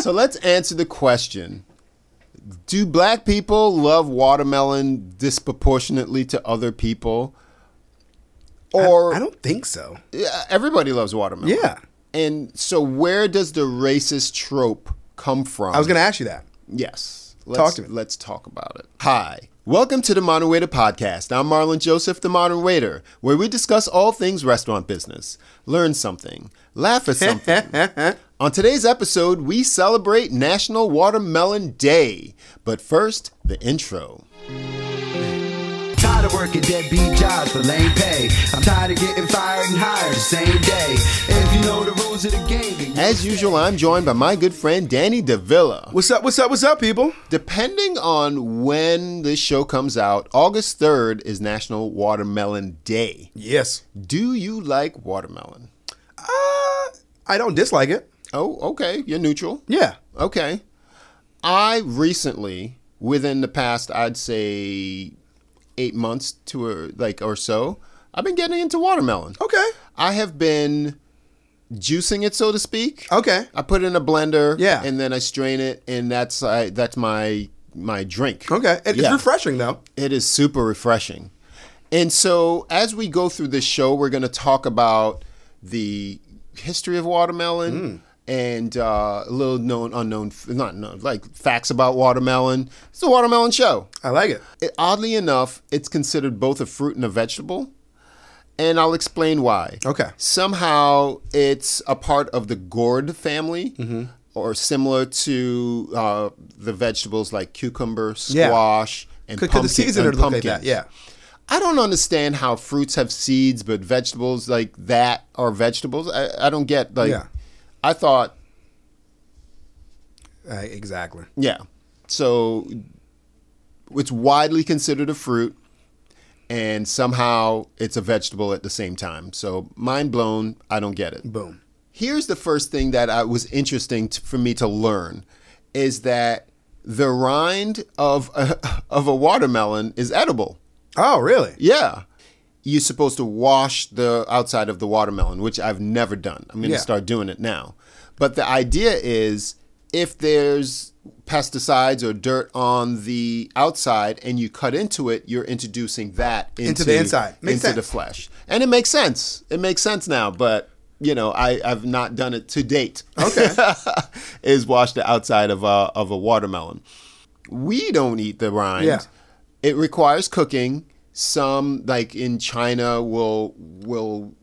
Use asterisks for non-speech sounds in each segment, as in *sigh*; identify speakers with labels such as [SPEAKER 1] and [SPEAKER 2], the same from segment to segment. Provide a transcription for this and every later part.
[SPEAKER 1] so let's answer the question Do black people love watermelon disproportionately to other people? Or
[SPEAKER 2] I don't think so.
[SPEAKER 1] Yeah, everybody loves watermelon.
[SPEAKER 2] Yeah.
[SPEAKER 1] And so where does the racist trope come from?
[SPEAKER 2] I was going to ask you that.
[SPEAKER 1] Yes.
[SPEAKER 2] Talk
[SPEAKER 1] Let's,
[SPEAKER 2] to me.
[SPEAKER 1] Let's talk about it. Hi. Welcome to the Modern Waiter Podcast. I'm Marlon Joseph, the Modern Waiter, where we discuss all things restaurant business, learn something, laugh at
[SPEAKER 2] *laughs*
[SPEAKER 1] something. On today's episode, we celebrate National Watermelon Day. But first, the intro.
[SPEAKER 3] Tired of working deadbeat jobs for lame pay. I'm tired of getting fired and hired the same day. If you know the rules of the game, then you
[SPEAKER 1] As usual, I'm joined by my good friend Danny DeVilla.
[SPEAKER 2] What's up? What's up? What's up, people?
[SPEAKER 1] Depending on when this show comes out, August 3rd is National Watermelon Day.
[SPEAKER 2] Yes.
[SPEAKER 1] Do you like watermelon?
[SPEAKER 2] Uh, I don't dislike it.
[SPEAKER 1] Oh, okay. You're neutral.
[SPEAKER 2] Yeah.
[SPEAKER 1] Okay. I recently, within the past, I'd say eight months to a, like or so, I've been getting into watermelon.
[SPEAKER 2] Okay.
[SPEAKER 1] I have been juicing it, so to speak.
[SPEAKER 2] Okay.
[SPEAKER 1] I put it in a blender.
[SPEAKER 2] Oh. Yeah.
[SPEAKER 1] And then I strain it, and that's I, that's my my drink.
[SPEAKER 2] Okay. It- It's
[SPEAKER 1] Yeah.
[SPEAKER 2] refreshing though.
[SPEAKER 1] It is super refreshing. And so, as we go through this show, we're going to talk about the history of watermelon and uh, little known, unknown, not known, like facts about watermelon. It's a watermelon show.
[SPEAKER 2] I like it.
[SPEAKER 1] It, oddly enough, it's considered both a fruit and a vegetable. And I'll explain why.
[SPEAKER 2] Okay.
[SPEAKER 1] Somehow it's a part of the gourd family
[SPEAKER 2] Mm-hmm.
[SPEAKER 1] or similar to uh, the vegetables like cucumber,
[SPEAKER 2] Yeah.
[SPEAKER 1] squash, and
[SPEAKER 2] Could
[SPEAKER 1] pumpkin.
[SPEAKER 2] the season or
[SPEAKER 1] and
[SPEAKER 2] look like
[SPEAKER 1] pumpkin.
[SPEAKER 2] that. Yeah.
[SPEAKER 1] I don't understand how fruits have seeds, but vegetables like that are vegetables. I, I don't get like.
[SPEAKER 2] Yeah.
[SPEAKER 1] I thought,
[SPEAKER 2] Uh, exactly.
[SPEAKER 1] yeah. So it's widely considered a fruit, and somehow it's a vegetable at the same time. So mind blown. I don't get it.
[SPEAKER 2] Boom.
[SPEAKER 1] Here's the first thing that I, was interesting t for me to learn is that the rind of a, *laughs* of a watermelon is edible.
[SPEAKER 2] Oh, really?
[SPEAKER 1] Yeah. You're supposed to wash the outside of the watermelon, which I've never done. I'm going to
[SPEAKER 2] Yeah.
[SPEAKER 1] start doing it now. But the idea is if there's pesticides or dirt on the outside and you cut into it, you're introducing that into,
[SPEAKER 2] Into the inside. Makes
[SPEAKER 1] into the
[SPEAKER 2] sense.
[SPEAKER 1] flesh. And it makes sense. It makes sense now, but you know, I, I've not done it to date.
[SPEAKER 2] Okay.
[SPEAKER 1] *laughs* is wash the outside of a, of a watermelon. We don't eat the rind.
[SPEAKER 2] Yeah.
[SPEAKER 1] It requires cooking. Some like in China will will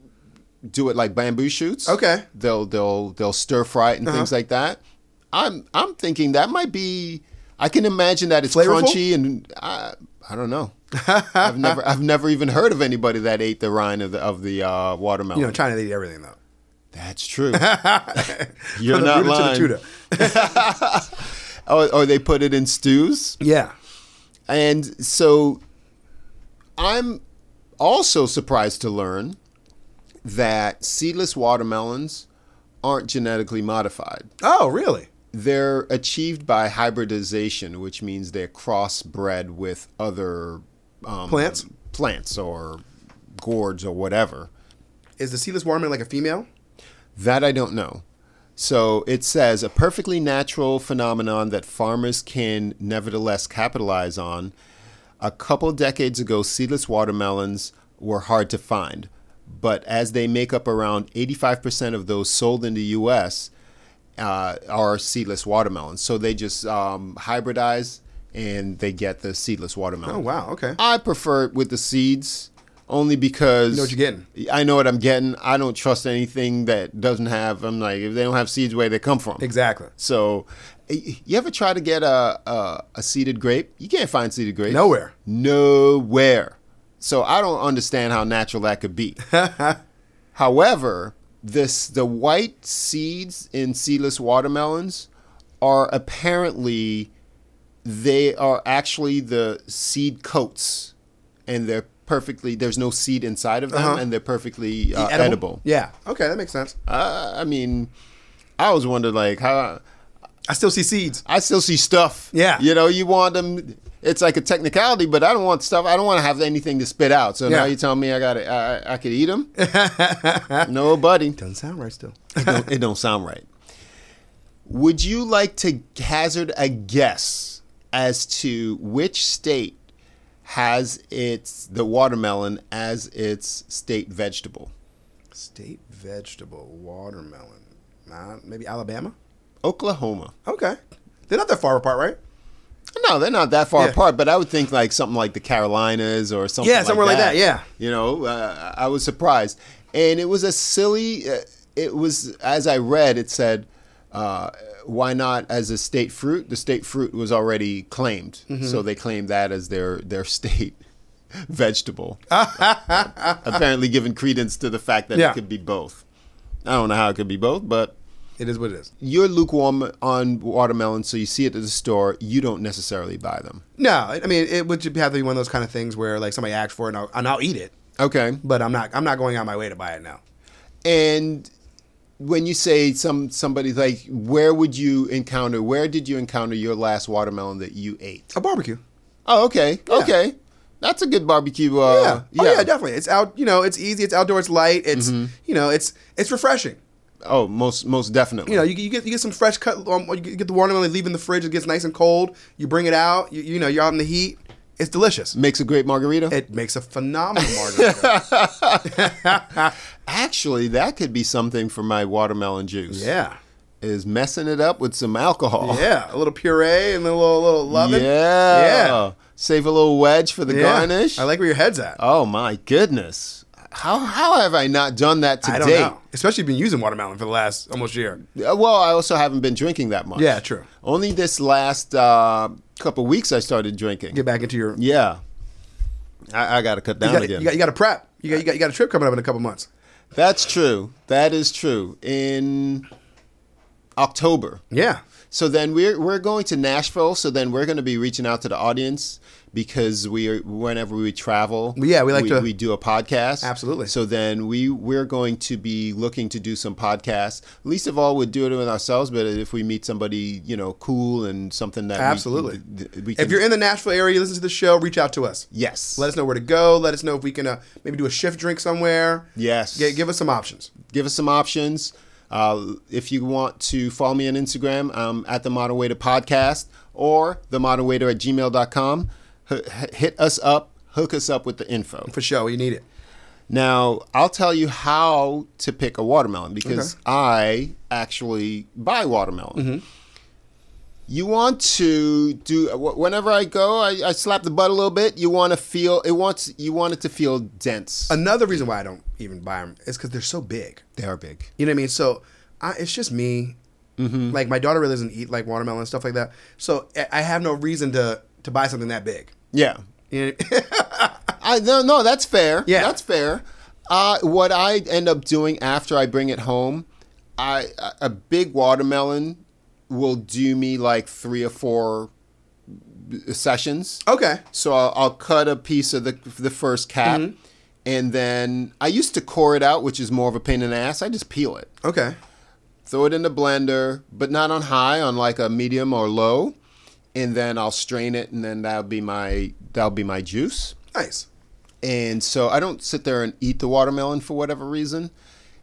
[SPEAKER 1] do it like bamboo shoots.
[SPEAKER 2] Okay. Uh-huh.
[SPEAKER 1] They'll they'll they'll stir fry it and things like that. I'm I'm thinking that might be I can imagine that it's
[SPEAKER 2] Flavorful?
[SPEAKER 1] crunchy and I I don't
[SPEAKER 2] *laughs*
[SPEAKER 1] know. I've never I've never even heard of anybody that ate the rind of the of the uh, watermelon.
[SPEAKER 2] You know, China they eat everything though.
[SPEAKER 1] That's
[SPEAKER 2] *laughs*
[SPEAKER 1] true. You're
[SPEAKER 2] From the
[SPEAKER 1] not
[SPEAKER 2] Buddha
[SPEAKER 1] lying.
[SPEAKER 2] to the Tudor.
[SPEAKER 1] or, or they put it in stews.
[SPEAKER 2] Yeah.
[SPEAKER 1] And so I'm also surprised to learn that seedless watermelons aren't genetically modified.
[SPEAKER 2] Oh, really?
[SPEAKER 1] They're achieved by hybridization, which means they're crossbred with other um,
[SPEAKER 2] Plants?
[SPEAKER 1] plants or gourds or whatever.
[SPEAKER 2] Is the seedless watermelon like a female?
[SPEAKER 1] That I don't know. So it says a perfectly natural phenomenon that farmers can nevertheless capitalize on. A couple decades ago, seedless watermelons were hard to find. but as they make up around 85% of those sold in the US, uh, are seedless watermelons. So they just um, hybridize and they get the seedless watermelon.
[SPEAKER 2] Oh, wow. Okay.
[SPEAKER 1] I prefer it with the seeds only because
[SPEAKER 2] You know what you're getting.
[SPEAKER 1] I know what I'm getting. I don't trust anything that doesn't have. I'm like, if they don't have seeds, where they come from?
[SPEAKER 2] Exactly.
[SPEAKER 1] So, y- you ever try to get a a, a seeded grape? You can't find seeded grapes
[SPEAKER 2] Nowhere.
[SPEAKER 1] Nowhere. So I don't understand how natural that could be. However, this the white seeds in seedless watermelons are apparently they are actually the seed coats, and they're perfectly. There's no seed inside of them, and they're perfectly uh, edible.
[SPEAKER 2] Yeah. Okay, that makes sense.
[SPEAKER 1] Uh, I mean, I always wondered like how
[SPEAKER 2] I still see seeds.
[SPEAKER 1] I still see stuff.
[SPEAKER 2] Yeah.
[SPEAKER 1] You know, you want them. It's like a technicality, but I don't want stuff. I don't want to have anything to spit out. So now
[SPEAKER 2] Yeah.
[SPEAKER 1] you tell me I got to I, I could eat *laughs* them. no, buddy, it
[SPEAKER 2] Doesn't sound right *laughs* still.
[SPEAKER 1] don't, it don't sound right. Would you like to hazard a guess as to which state has its the watermelon as its state vegetable?
[SPEAKER 2] State vegetable, watermelon. Nah, maybe Alabama?
[SPEAKER 1] Oklahoma.
[SPEAKER 2] Okay. They're not that far apart, right?
[SPEAKER 1] No, they're not that far
[SPEAKER 2] Yeah.
[SPEAKER 1] apart, but I would think like something like the Carolinas or something.
[SPEAKER 2] Yeah, somewhere like that, yeah.
[SPEAKER 1] you know, uh, I was surprised, and it was a silly. Uh, it was as I read, it said, uh, "Why not as a state fruit?" The state fruit was already claimed,
[SPEAKER 2] Mm-hmm.
[SPEAKER 1] so they claimed that as their their *laughs* state
[SPEAKER 2] *laughs*
[SPEAKER 1] vegetable. Apparently, giving credence to the fact that
[SPEAKER 2] Yeah.
[SPEAKER 1] it could be both. I don't know how it could be both, but
[SPEAKER 2] It is what it is.
[SPEAKER 1] you're lukewarm on watermelon, so you see it at the store. You don't necessarily buy them.
[SPEAKER 2] No, I I mean it would just have to be one of those kind of things where like somebody asks for it and I'll, and I'll eat it,
[SPEAKER 1] Okay.
[SPEAKER 2] but I'm not I'm not going out my way to buy it now.
[SPEAKER 1] And when you say some somebody like, where would you encounter? Where did you encounter your last watermelon that you ate?
[SPEAKER 2] A barbecue.
[SPEAKER 1] Oh, okay, okay, that's a good barbecue.
[SPEAKER 2] yeah.
[SPEAKER 1] Uh,
[SPEAKER 2] Oh yeah, Mm-hmm. definitely. It's out. You know, it's easy. It's outdoor. It's light. It's you know, it's it's refreshing.
[SPEAKER 1] Oh, most most definitely.
[SPEAKER 2] You know, you, you get you get some fresh cut. Um, you get the watermelon, leave it in the fridge. It gets nice and cold. You bring it out. You, you know, you're out in the heat. It's delicious.
[SPEAKER 1] makes a great margarita.
[SPEAKER 2] It makes a phenomenal
[SPEAKER 1] *laughs*
[SPEAKER 2] margarita.
[SPEAKER 1] Actually, that could be something for my watermelon juice.
[SPEAKER 2] yeah.
[SPEAKER 1] is messing it up with some alcohol.
[SPEAKER 2] Yeah, a little puree and a little little
[SPEAKER 1] yeah, *laughs*
[SPEAKER 2] loving. yeah.
[SPEAKER 1] Save a little wedge for the
[SPEAKER 2] Yeah.
[SPEAKER 1] garnish.
[SPEAKER 2] I like where your head's at.
[SPEAKER 1] Oh my goodness. How how have I not done that to
[SPEAKER 2] I don't
[SPEAKER 1] date?
[SPEAKER 2] know. Especially been using watermelon for the last almost year.
[SPEAKER 1] Uh, Well, I also haven't been drinking that much.
[SPEAKER 2] Yeah, true.
[SPEAKER 1] Only this last uh, couple weeks I started drinking.
[SPEAKER 2] Get back into your. You
[SPEAKER 1] Yeah. I, I got to cut down
[SPEAKER 2] got,
[SPEAKER 1] again.
[SPEAKER 2] you, got, you got to prep. You got, you got you got a trip coming up in a couple months.
[SPEAKER 1] That's true. That is true. In October.
[SPEAKER 2] Yeah.
[SPEAKER 1] So then we're we're going to Nashville. So then we're going to be reaching out to the audience because we are whenever we travel.
[SPEAKER 2] Yeah, we like
[SPEAKER 1] we,
[SPEAKER 2] to-
[SPEAKER 1] we do a podcast.
[SPEAKER 2] Absolutely.
[SPEAKER 1] So then we we're going to be looking to do some podcasts. Least of all, we'd do it with ourselves. But if we meet somebody you know cool and something that we-
[SPEAKER 2] Absolutely.
[SPEAKER 1] th- th- we
[SPEAKER 2] If
[SPEAKER 1] can-
[SPEAKER 2] you're in the Nashville area, listen to the show. Reach out to us.
[SPEAKER 1] yes,
[SPEAKER 2] Let us know where to go. Let us know if we can uh, maybe do a shift drink somewhere.
[SPEAKER 1] Yes.
[SPEAKER 2] G- give us some options.
[SPEAKER 1] give us some options. Uh, if you want to follow me on Instagram, um, at the Modern Waiter Podcast or the Modern Waiter at gmail.com. H- h- hit us up, hook us up with the info.
[SPEAKER 2] For sure, you need it.
[SPEAKER 1] Now, I'll tell you how to pick a watermelon because I actually buy watermelon. You want to do wh- whenever I go, I, I slap the butt a little bit. You want to feel it wants you want it to feel dense.
[SPEAKER 2] Another reason why I don't even buy them is because they're so big.
[SPEAKER 1] they are big. Mm-hmm.
[SPEAKER 2] You know what I mean? So I, it's just me. Like my daughter really doesn't eat like watermelon and stuff like that. So I- I have no reason to to buy something that big.
[SPEAKER 1] Yeah,
[SPEAKER 2] You know, *laughs*
[SPEAKER 1] I no no that's fair.
[SPEAKER 2] Yeah.
[SPEAKER 1] that's fair. Uh, what I end up doing after I bring it home, I a- a big watermelon will do me like three or four uh, sessions.
[SPEAKER 2] okay.
[SPEAKER 1] So I'll, I'll cut a piece of the the first cap, and then I used to core it out, which is more of a pain in the ass. I just peel it,
[SPEAKER 2] Okay.
[SPEAKER 1] throw it in the blender, but not on high, on like a medium or low, and then I'll strain it, and then that'll be my that'll be my juice.
[SPEAKER 2] Nice.
[SPEAKER 1] And so I don't sit there and eat the watermelon for whatever reason,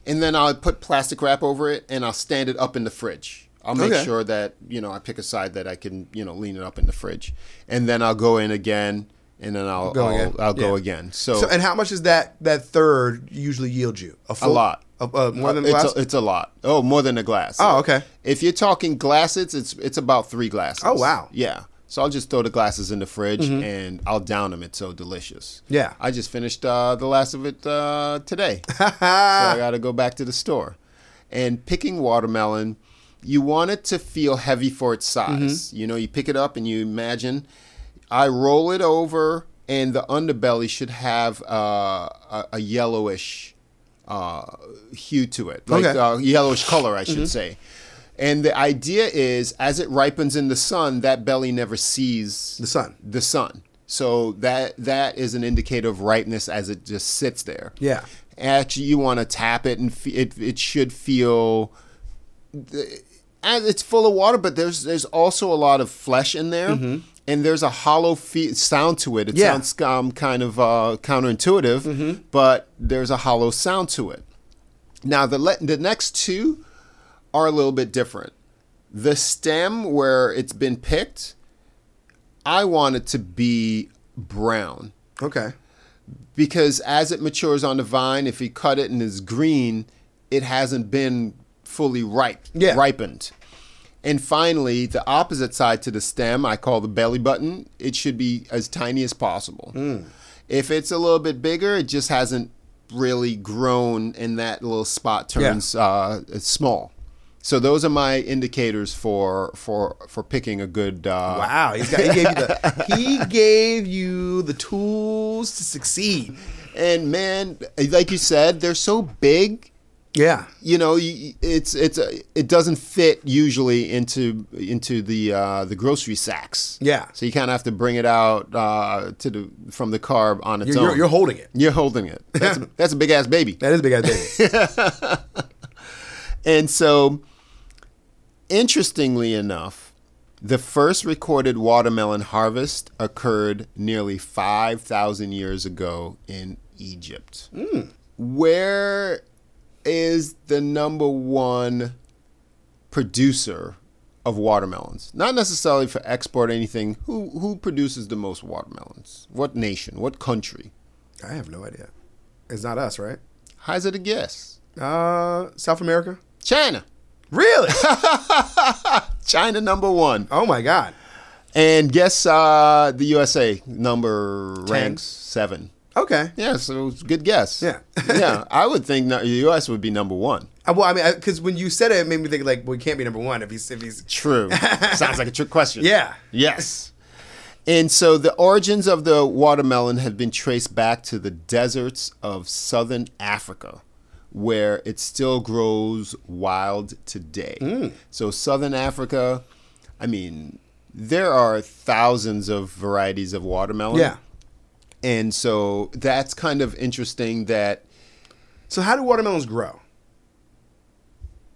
[SPEAKER 1] and then I'll put plastic wrap over it, and I'll stand it up in the fridge. I'll make
[SPEAKER 2] Okay.
[SPEAKER 1] sure that you know I pick a side that I can you know lean it up in the fridge, and then I'll go in again and then I'll
[SPEAKER 2] Go
[SPEAKER 1] I'll,
[SPEAKER 2] again.
[SPEAKER 1] I'll go
[SPEAKER 2] Yeah.
[SPEAKER 1] again. So,
[SPEAKER 2] So, and how much does that that third usually yield you?
[SPEAKER 1] a lot.
[SPEAKER 2] a, uh, more than the
[SPEAKER 1] it's
[SPEAKER 2] last.
[SPEAKER 1] A, it's a lot. Oh, more than a glass.
[SPEAKER 2] Oh, okay.
[SPEAKER 1] If you're talking glasses, it's it's about three glasses.
[SPEAKER 2] Oh, wow. Mm-hmm.
[SPEAKER 1] Yeah. So I'll just throw the glasses in the fridge and I'll down them. It's so delicious.
[SPEAKER 2] Yeah.
[SPEAKER 1] I just finished uh, the last of it uh,
[SPEAKER 2] *laughs*
[SPEAKER 1] today, so
[SPEAKER 2] Uh,
[SPEAKER 1] I got to go back to the store. And picking watermelon, you want it to feel heavy for its size.
[SPEAKER 2] Mm-hmm.
[SPEAKER 1] You know, you pick it up and you imagine. I roll it over, and the underbelly should have uh, a, a yellowish uh, hue to it, like
[SPEAKER 2] Okay.
[SPEAKER 1] uh,
[SPEAKER 2] Mm-hmm.
[SPEAKER 1] yellowish color, I should say. And the idea is, as it ripens in the sun, that belly never sees
[SPEAKER 2] The sun.
[SPEAKER 1] The sun. So that that is an indicator of ripeness as it just sits there.
[SPEAKER 2] Yeah.
[SPEAKER 1] Actually, you want to tap it, and fe- it it should feel and it's full of water, but there's there's also a lot of flesh in there, and there's a hollow fe- sound to it. It
[SPEAKER 2] Yeah.
[SPEAKER 1] sounds um, kind of uh, counterintuitive, but there's a hollow sound to it. Now the le- the next two are a little bit different. The stem where it's been picked, I want it to be brown
[SPEAKER 2] okay.
[SPEAKER 1] because as it matures on the vine, if you cut it and it's green, it hasn't been fully ripe,
[SPEAKER 2] Yeah.
[SPEAKER 1] ripened. And finally, the opposite side to the stem, I call the belly button. It should be as tiny as possible. If it's a little bit bigger, it just hasn't really grown, and that little spot turns uh, it's small. So those are my indicators for for for picking a good. Uh,
[SPEAKER 2] Wow, he's got, he gave
[SPEAKER 1] *laughs*
[SPEAKER 2] you the he gave you the tools to succeed.
[SPEAKER 1] And man, like you said, they're so big.
[SPEAKER 2] Yeah,
[SPEAKER 1] you know, you- it's it's a, it doesn't fit usually into into the uh, the grocery sacks.
[SPEAKER 2] Yeah.
[SPEAKER 1] So you kind of have to bring it out uh, to the from the carb on its
[SPEAKER 2] you're,
[SPEAKER 1] own.
[SPEAKER 2] you're, you're holding it.
[SPEAKER 1] You're holding it. That's,
[SPEAKER 2] *laughs*
[SPEAKER 1] a- that's a big ass baby.
[SPEAKER 2] That is a big *laughs* idea.
[SPEAKER 1] And so, interestingly enough, the first recorded watermelon harvest occurred nearly 5,000 years ago in Egypt. Where is the number one producer of watermelons? Not necessarily for export or anything. Who, who produces the most watermelons? What nation? What country?
[SPEAKER 2] I have no idea. It's not us, right?
[SPEAKER 1] How's it a guess?
[SPEAKER 2] Uh, South America.
[SPEAKER 1] China.
[SPEAKER 2] Really?
[SPEAKER 1] China number one.
[SPEAKER 2] *laughs* oh my God.
[SPEAKER 1] And guess uh, the USA number ranks seven.
[SPEAKER 2] Okay.
[SPEAKER 1] Yeah, so it's a good guess.
[SPEAKER 2] Yeah.
[SPEAKER 1] *laughs* yeah, I would think no- the US would be number one.
[SPEAKER 2] Uh, Well, I mean, because when you said it, it made me think like, well, he can't be number one if he's if he's
[SPEAKER 1] True. *laughs* Sounds like a trick question.
[SPEAKER 2] Yeah.
[SPEAKER 1] Yes. And so the origins of the watermelon have been traced back to the deserts of southern Africa, where it still grows wild today.
[SPEAKER 2] Hmm.
[SPEAKER 1] So southern Africa, I mean, there are thousands of varieties of watermelon.
[SPEAKER 2] yeah.
[SPEAKER 1] And so that's kind of interesting that
[SPEAKER 2] So how do watermelons grow?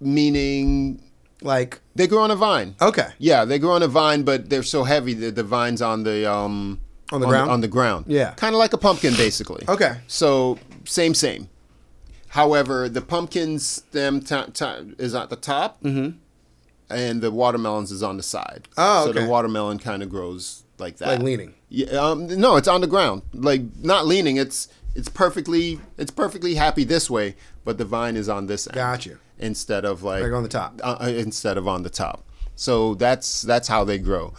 [SPEAKER 1] meaning
[SPEAKER 2] Like
[SPEAKER 1] they grow on a vine.
[SPEAKER 2] okay,
[SPEAKER 1] Yeah, they grow on a vine, but they're so heavy that the vine's on the um
[SPEAKER 2] On the ground?
[SPEAKER 1] on the ground.
[SPEAKER 2] Yeah.
[SPEAKER 1] Kind of like a pumpkin basically.
[SPEAKER 2] Okay.
[SPEAKER 1] So same same. However, the pumpkin stem t- t- is at the top and the watermelons is on the side.
[SPEAKER 2] Mm-hmm. Oh,
[SPEAKER 1] So
[SPEAKER 2] okay.
[SPEAKER 1] the watermelon kind of grows like that.
[SPEAKER 2] Like leaning.
[SPEAKER 1] Yeah, um, no, it's on the ground. Like not leaning. It's it's perfectly it's perfectly happy this way, but the vine is on this end.
[SPEAKER 2] Got you.
[SPEAKER 1] Instead of like
[SPEAKER 2] Like on the top.
[SPEAKER 1] uh, uh, instead of on the top. So that's that's how they grow.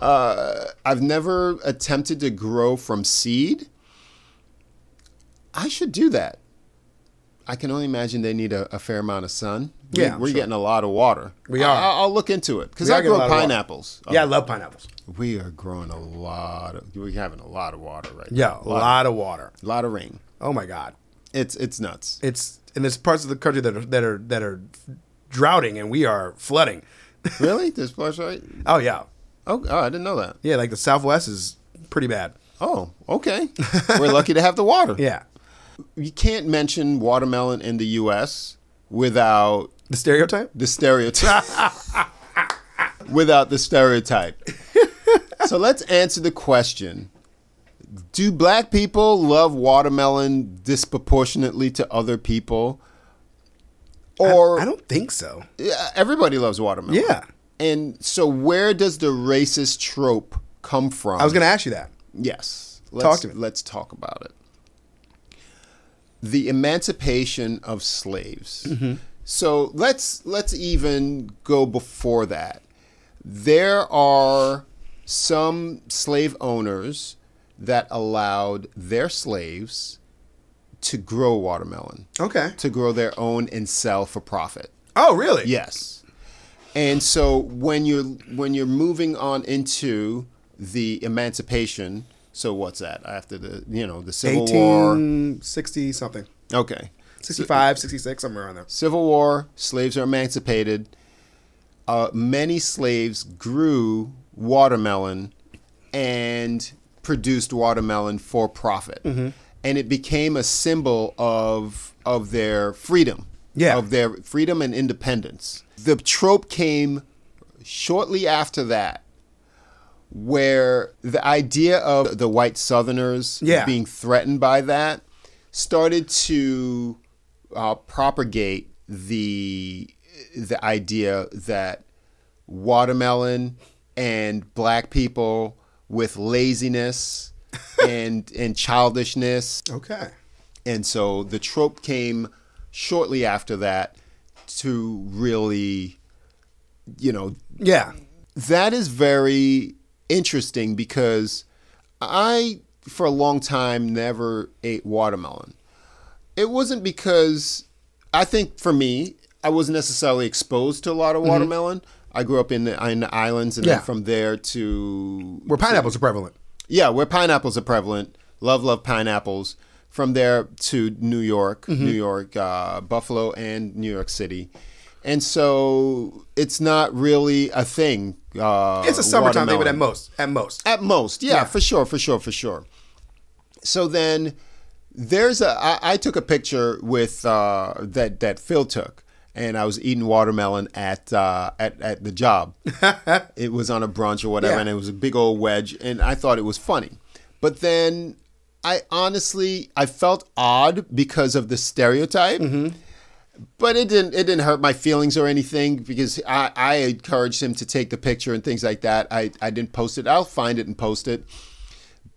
[SPEAKER 1] Uh, I've never attempted to grow from seed. I should do that. I can only imagine they need a, a fair amount of sun. We-
[SPEAKER 2] Yeah, I'm
[SPEAKER 1] we're
[SPEAKER 2] sure.
[SPEAKER 1] getting a lot of water.
[SPEAKER 2] We are.
[SPEAKER 1] I, will look into it because
[SPEAKER 2] We are
[SPEAKER 1] I
[SPEAKER 2] getting a
[SPEAKER 1] grow
[SPEAKER 2] lot of water.
[SPEAKER 1] pineapples. Oh,
[SPEAKER 2] yeah, I love pineapples.
[SPEAKER 1] We are growing a lot. Of, we're having a lot of water right
[SPEAKER 2] Yeah,
[SPEAKER 1] now.
[SPEAKER 2] a lot of water.
[SPEAKER 1] a lot of rain.
[SPEAKER 2] Oh my God,
[SPEAKER 1] It's it's nuts.
[SPEAKER 2] it's and there's parts of the country that are that are that are drowning and we are flooding. *laughs*
[SPEAKER 1] really? This place right?
[SPEAKER 2] Oh yeah,
[SPEAKER 1] Oh, oh, I didn't know that.
[SPEAKER 2] yeah. Like the Southwest is pretty bad.
[SPEAKER 1] Oh, okay. we're lucky to have the water.
[SPEAKER 2] *laughs* Yeah,
[SPEAKER 1] You can't mention watermelon in the U.S. without
[SPEAKER 2] the stereotype.
[SPEAKER 1] the
[SPEAKER 2] *laughs*
[SPEAKER 1] stereotype. without the stereotype. so let's answer the question. Do black people love watermelon disproportionately to other people? Or
[SPEAKER 2] I, I don't think so.
[SPEAKER 1] Yeah, everybody loves watermelon.
[SPEAKER 2] Yeah.
[SPEAKER 1] And so where does the racist trope come from?
[SPEAKER 2] I was going to ask you that.
[SPEAKER 1] Yes. Let's,
[SPEAKER 2] to me.
[SPEAKER 1] Let's talk about it. The emancipation of slaves.
[SPEAKER 2] Mm-hmm.
[SPEAKER 1] So let's let's even go before that. There are some slave owners that allowed their slaves to grow watermelon,
[SPEAKER 2] Okay.
[SPEAKER 1] to grow their own and sell for profit.
[SPEAKER 2] Oh, really?
[SPEAKER 1] Yes. And so when you're when you're moving on into the emancipation, so what's that after the you know the Civil War?
[SPEAKER 2] 1860 something.
[SPEAKER 1] Okay,
[SPEAKER 2] 65, 66, somewhere around there.
[SPEAKER 1] Civil War, slaves are emancipated. Uh, many slaves grew watermelon and produced watermelon for profit, and it became a symbol of of their freedom,
[SPEAKER 2] Yeah.
[SPEAKER 1] of their freedom and independence. The trope came shortly after that, where the idea of the white Southerners
[SPEAKER 2] Yeah.
[SPEAKER 1] being threatened by that started to uh, propagate the the idea that watermelon and black people with laziness and and childishness
[SPEAKER 2] Okay.
[SPEAKER 1] and so the trope came shortly after that to really you know
[SPEAKER 2] Yeah.
[SPEAKER 1] that is very interesting because I, for a long time, never ate watermelon. It wasn't because I think for me, I wasn't necessarily exposed to a lot of watermelon. I grew up in the, in the islands, and
[SPEAKER 2] Yeah.
[SPEAKER 1] then from there to
[SPEAKER 2] Where pineapples are prevalent.
[SPEAKER 1] yeah, where pineapples are prevalent. Love, love pineapples. From there to New York,
[SPEAKER 2] Mm-hmm.
[SPEAKER 1] New York, uh, Buffalo, and New York City. And so it's not really a thing. Uh,
[SPEAKER 2] It's a summertime thing, but at
[SPEAKER 1] watermelon.
[SPEAKER 2] most, at most.
[SPEAKER 1] At most, yeah, for sure, for sure, for sure. So then there's a. I, I took a picture with uh, that that Phil took, and I was eating watermelon at uh, at at the job. it was on a brunch or whatever,
[SPEAKER 2] Yeah.
[SPEAKER 1] and it was a big old wedge, and I thought it was funny. But then I honestly I felt odd because of the stereotype. But it didn't. It didn't hurt my feelings or anything because I, I encouraged him to take the picture and things like that. I, I didn't post it. I'll find it and post it.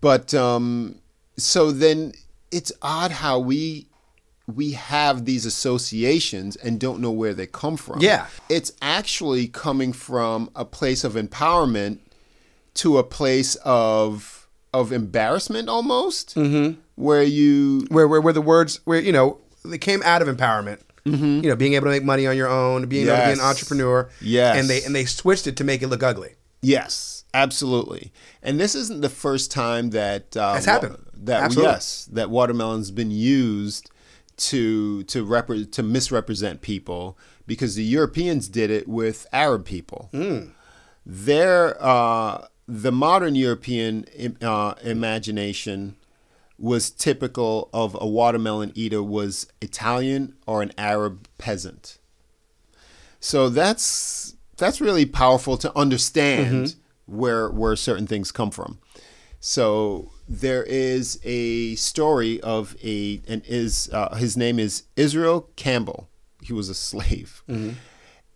[SPEAKER 1] But um, so then it's odd how we we have these associations and don't know where they come from.
[SPEAKER 2] Yeah.
[SPEAKER 1] it's actually coming from a place of empowerment to a place of of embarrassment almost, mm-hmm. where you
[SPEAKER 2] Where, where, where the words, where, you know, they came out of empowerment. You know, being able to make money on your own, being able to be
[SPEAKER 1] Yes.
[SPEAKER 2] an entrepreneur.
[SPEAKER 1] Yes.
[SPEAKER 2] And they and they switched it to make it look ugly.
[SPEAKER 1] Yes, absolutely. And this isn't the first time that uh,
[SPEAKER 2] That's happened.
[SPEAKER 1] That
[SPEAKER 2] Absolutely.
[SPEAKER 1] yes, that watermelon's been used to to repre- to misrepresent people because the Europeans did it with Arab people.
[SPEAKER 2] Hmm.
[SPEAKER 1] Their uh, the modern European im- uh, imagination was typical of a watermelon eater was Italian or an Arab peasant. So that's that's really powerful to understand where where certain things come from. So there is a story of a and is uh, his name is Israel Campbell. He was a slave,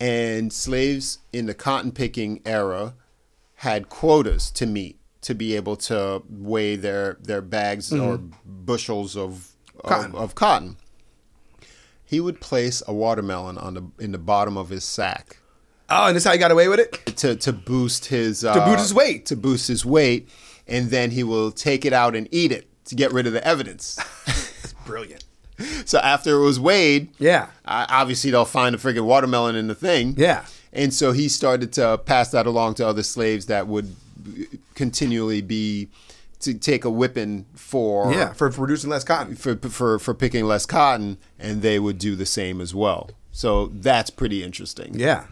[SPEAKER 1] and slaves in the cotton picking era had quotas to meet to be able to weigh their their bags or bushels of
[SPEAKER 2] Cotton.
[SPEAKER 1] Of, of cotton he would place a watermelon on the in the bottom of his sack
[SPEAKER 2] Oh, and that's how you got away with *coughs* it?
[SPEAKER 1] to to boost his uh,
[SPEAKER 2] boost his weight.
[SPEAKER 1] to boost his weight, and then he will take it out and eat it to get rid of the
[SPEAKER 2] *laughs*
[SPEAKER 1] evidence.
[SPEAKER 2] Brilliant.
[SPEAKER 1] so after it was weighed,
[SPEAKER 2] Yeah.
[SPEAKER 1] uh, obviously they'll find a friggin' watermelon in the thing.
[SPEAKER 2] Yeah.
[SPEAKER 1] and so he started to pass that along to other slaves that would continually be to take a whipping for
[SPEAKER 2] Yeah, for, for producing less cotton.
[SPEAKER 1] for, for for picking less cotton, and they would do the same as well. So that's pretty interesting.
[SPEAKER 2] Yeah.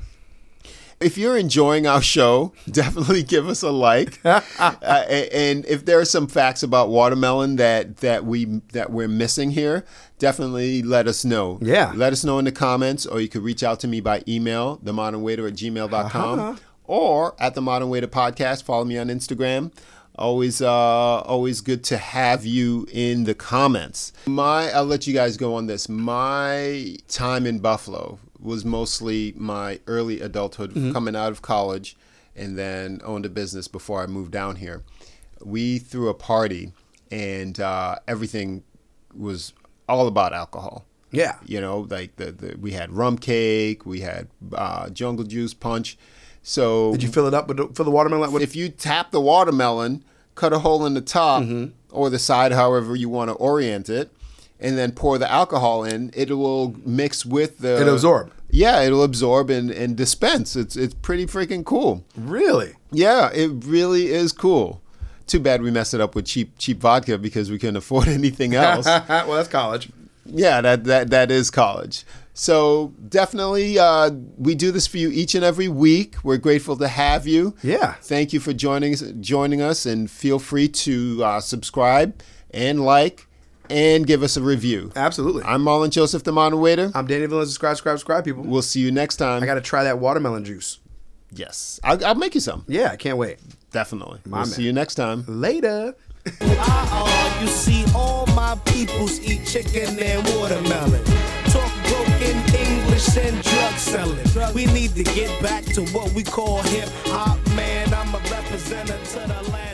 [SPEAKER 1] If you're enjoying our show, *laughs* definitely give us a like. uh, a- and if there are some facts about watermelon that that we that we're missing here, definitely let us know.
[SPEAKER 2] Yeah.
[SPEAKER 1] Let us know in the comments, or you could reach out to me by email, themodernwaiter at gmail.com, or at the Modern Waiter Podcast. Follow me on Instagram. Always, uh, always good to have you in the comments. My, I'll let you guys go on this. My time in Buffalo was mostly my early adulthood, coming out of college, and then owned a business before I moved down here. We threw a party and uh, everything was all about alcohol.
[SPEAKER 2] Yeah.
[SPEAKER 1] you know, like the, the we had rum cake, we had uh, jungle juice punch. So
[SPEAKER 2] Did you fill it up with the, fill the watermelon up with?
[SPEAKER 1] if you tap the watermelon, cut a hole in the top
[SPEAKER 2] Mm-hmm.
[SPEAKER 1] or the side, however you want to orient it, and then pour the alcohol in, it will mix with the.
[SPEAKER 2] It'll absorb.
[SPEAKER 1] Yeah, it'll absorb and, and dispense. It's it's pretty freaking cool.
[SPEAKER 2] really?
[SPEAKER 1] Yeah, it really is cool. Too bad we messed it up with cheap cheap vodka because we couldn't afford *laughs* anything else.
[SPEAKER 2] *laughs* well, that's college.
[SPEAKER 1] Yeah, that that that is college. So definitely, uh, we do this for you each and every week. We're grateful to have you.
[SPEAKER 2] Yeah.
[SPEAKER 1] Thank you for joining us, joining us, and feel free to uh, subscribe and like and give us a review.
[SPEAKER 2] Absolutely. I'm,
[SPEAKER 1] I'm Marlon Joseph, the modern waiter.
[SPEAKER 2] Danny Villan. Subscribe, subscribe, subscribe, people.
[SPEAKER 1] We'll see you next time.
[SPEAKER 2] I got to try that watermelon juice.
[SPEAKER 1] yes, I'll, I'll make you some.
[SPEAKER 2] Yeah, I can't wait.
[SPEAKER 1] Definitely.
[SPEAKER 2] My
[SPEAKER 1] we'll
[SPEAKER 2] man.
[SPEAKER 1] see you next time.
[SPEAKER 2] Later.
[SPEAKER 4] You see, all my peoples eat chicken and watermelon. Talk broken English and drug selling. We need to get back to what we call hip hop, man. I'm a representative to the land.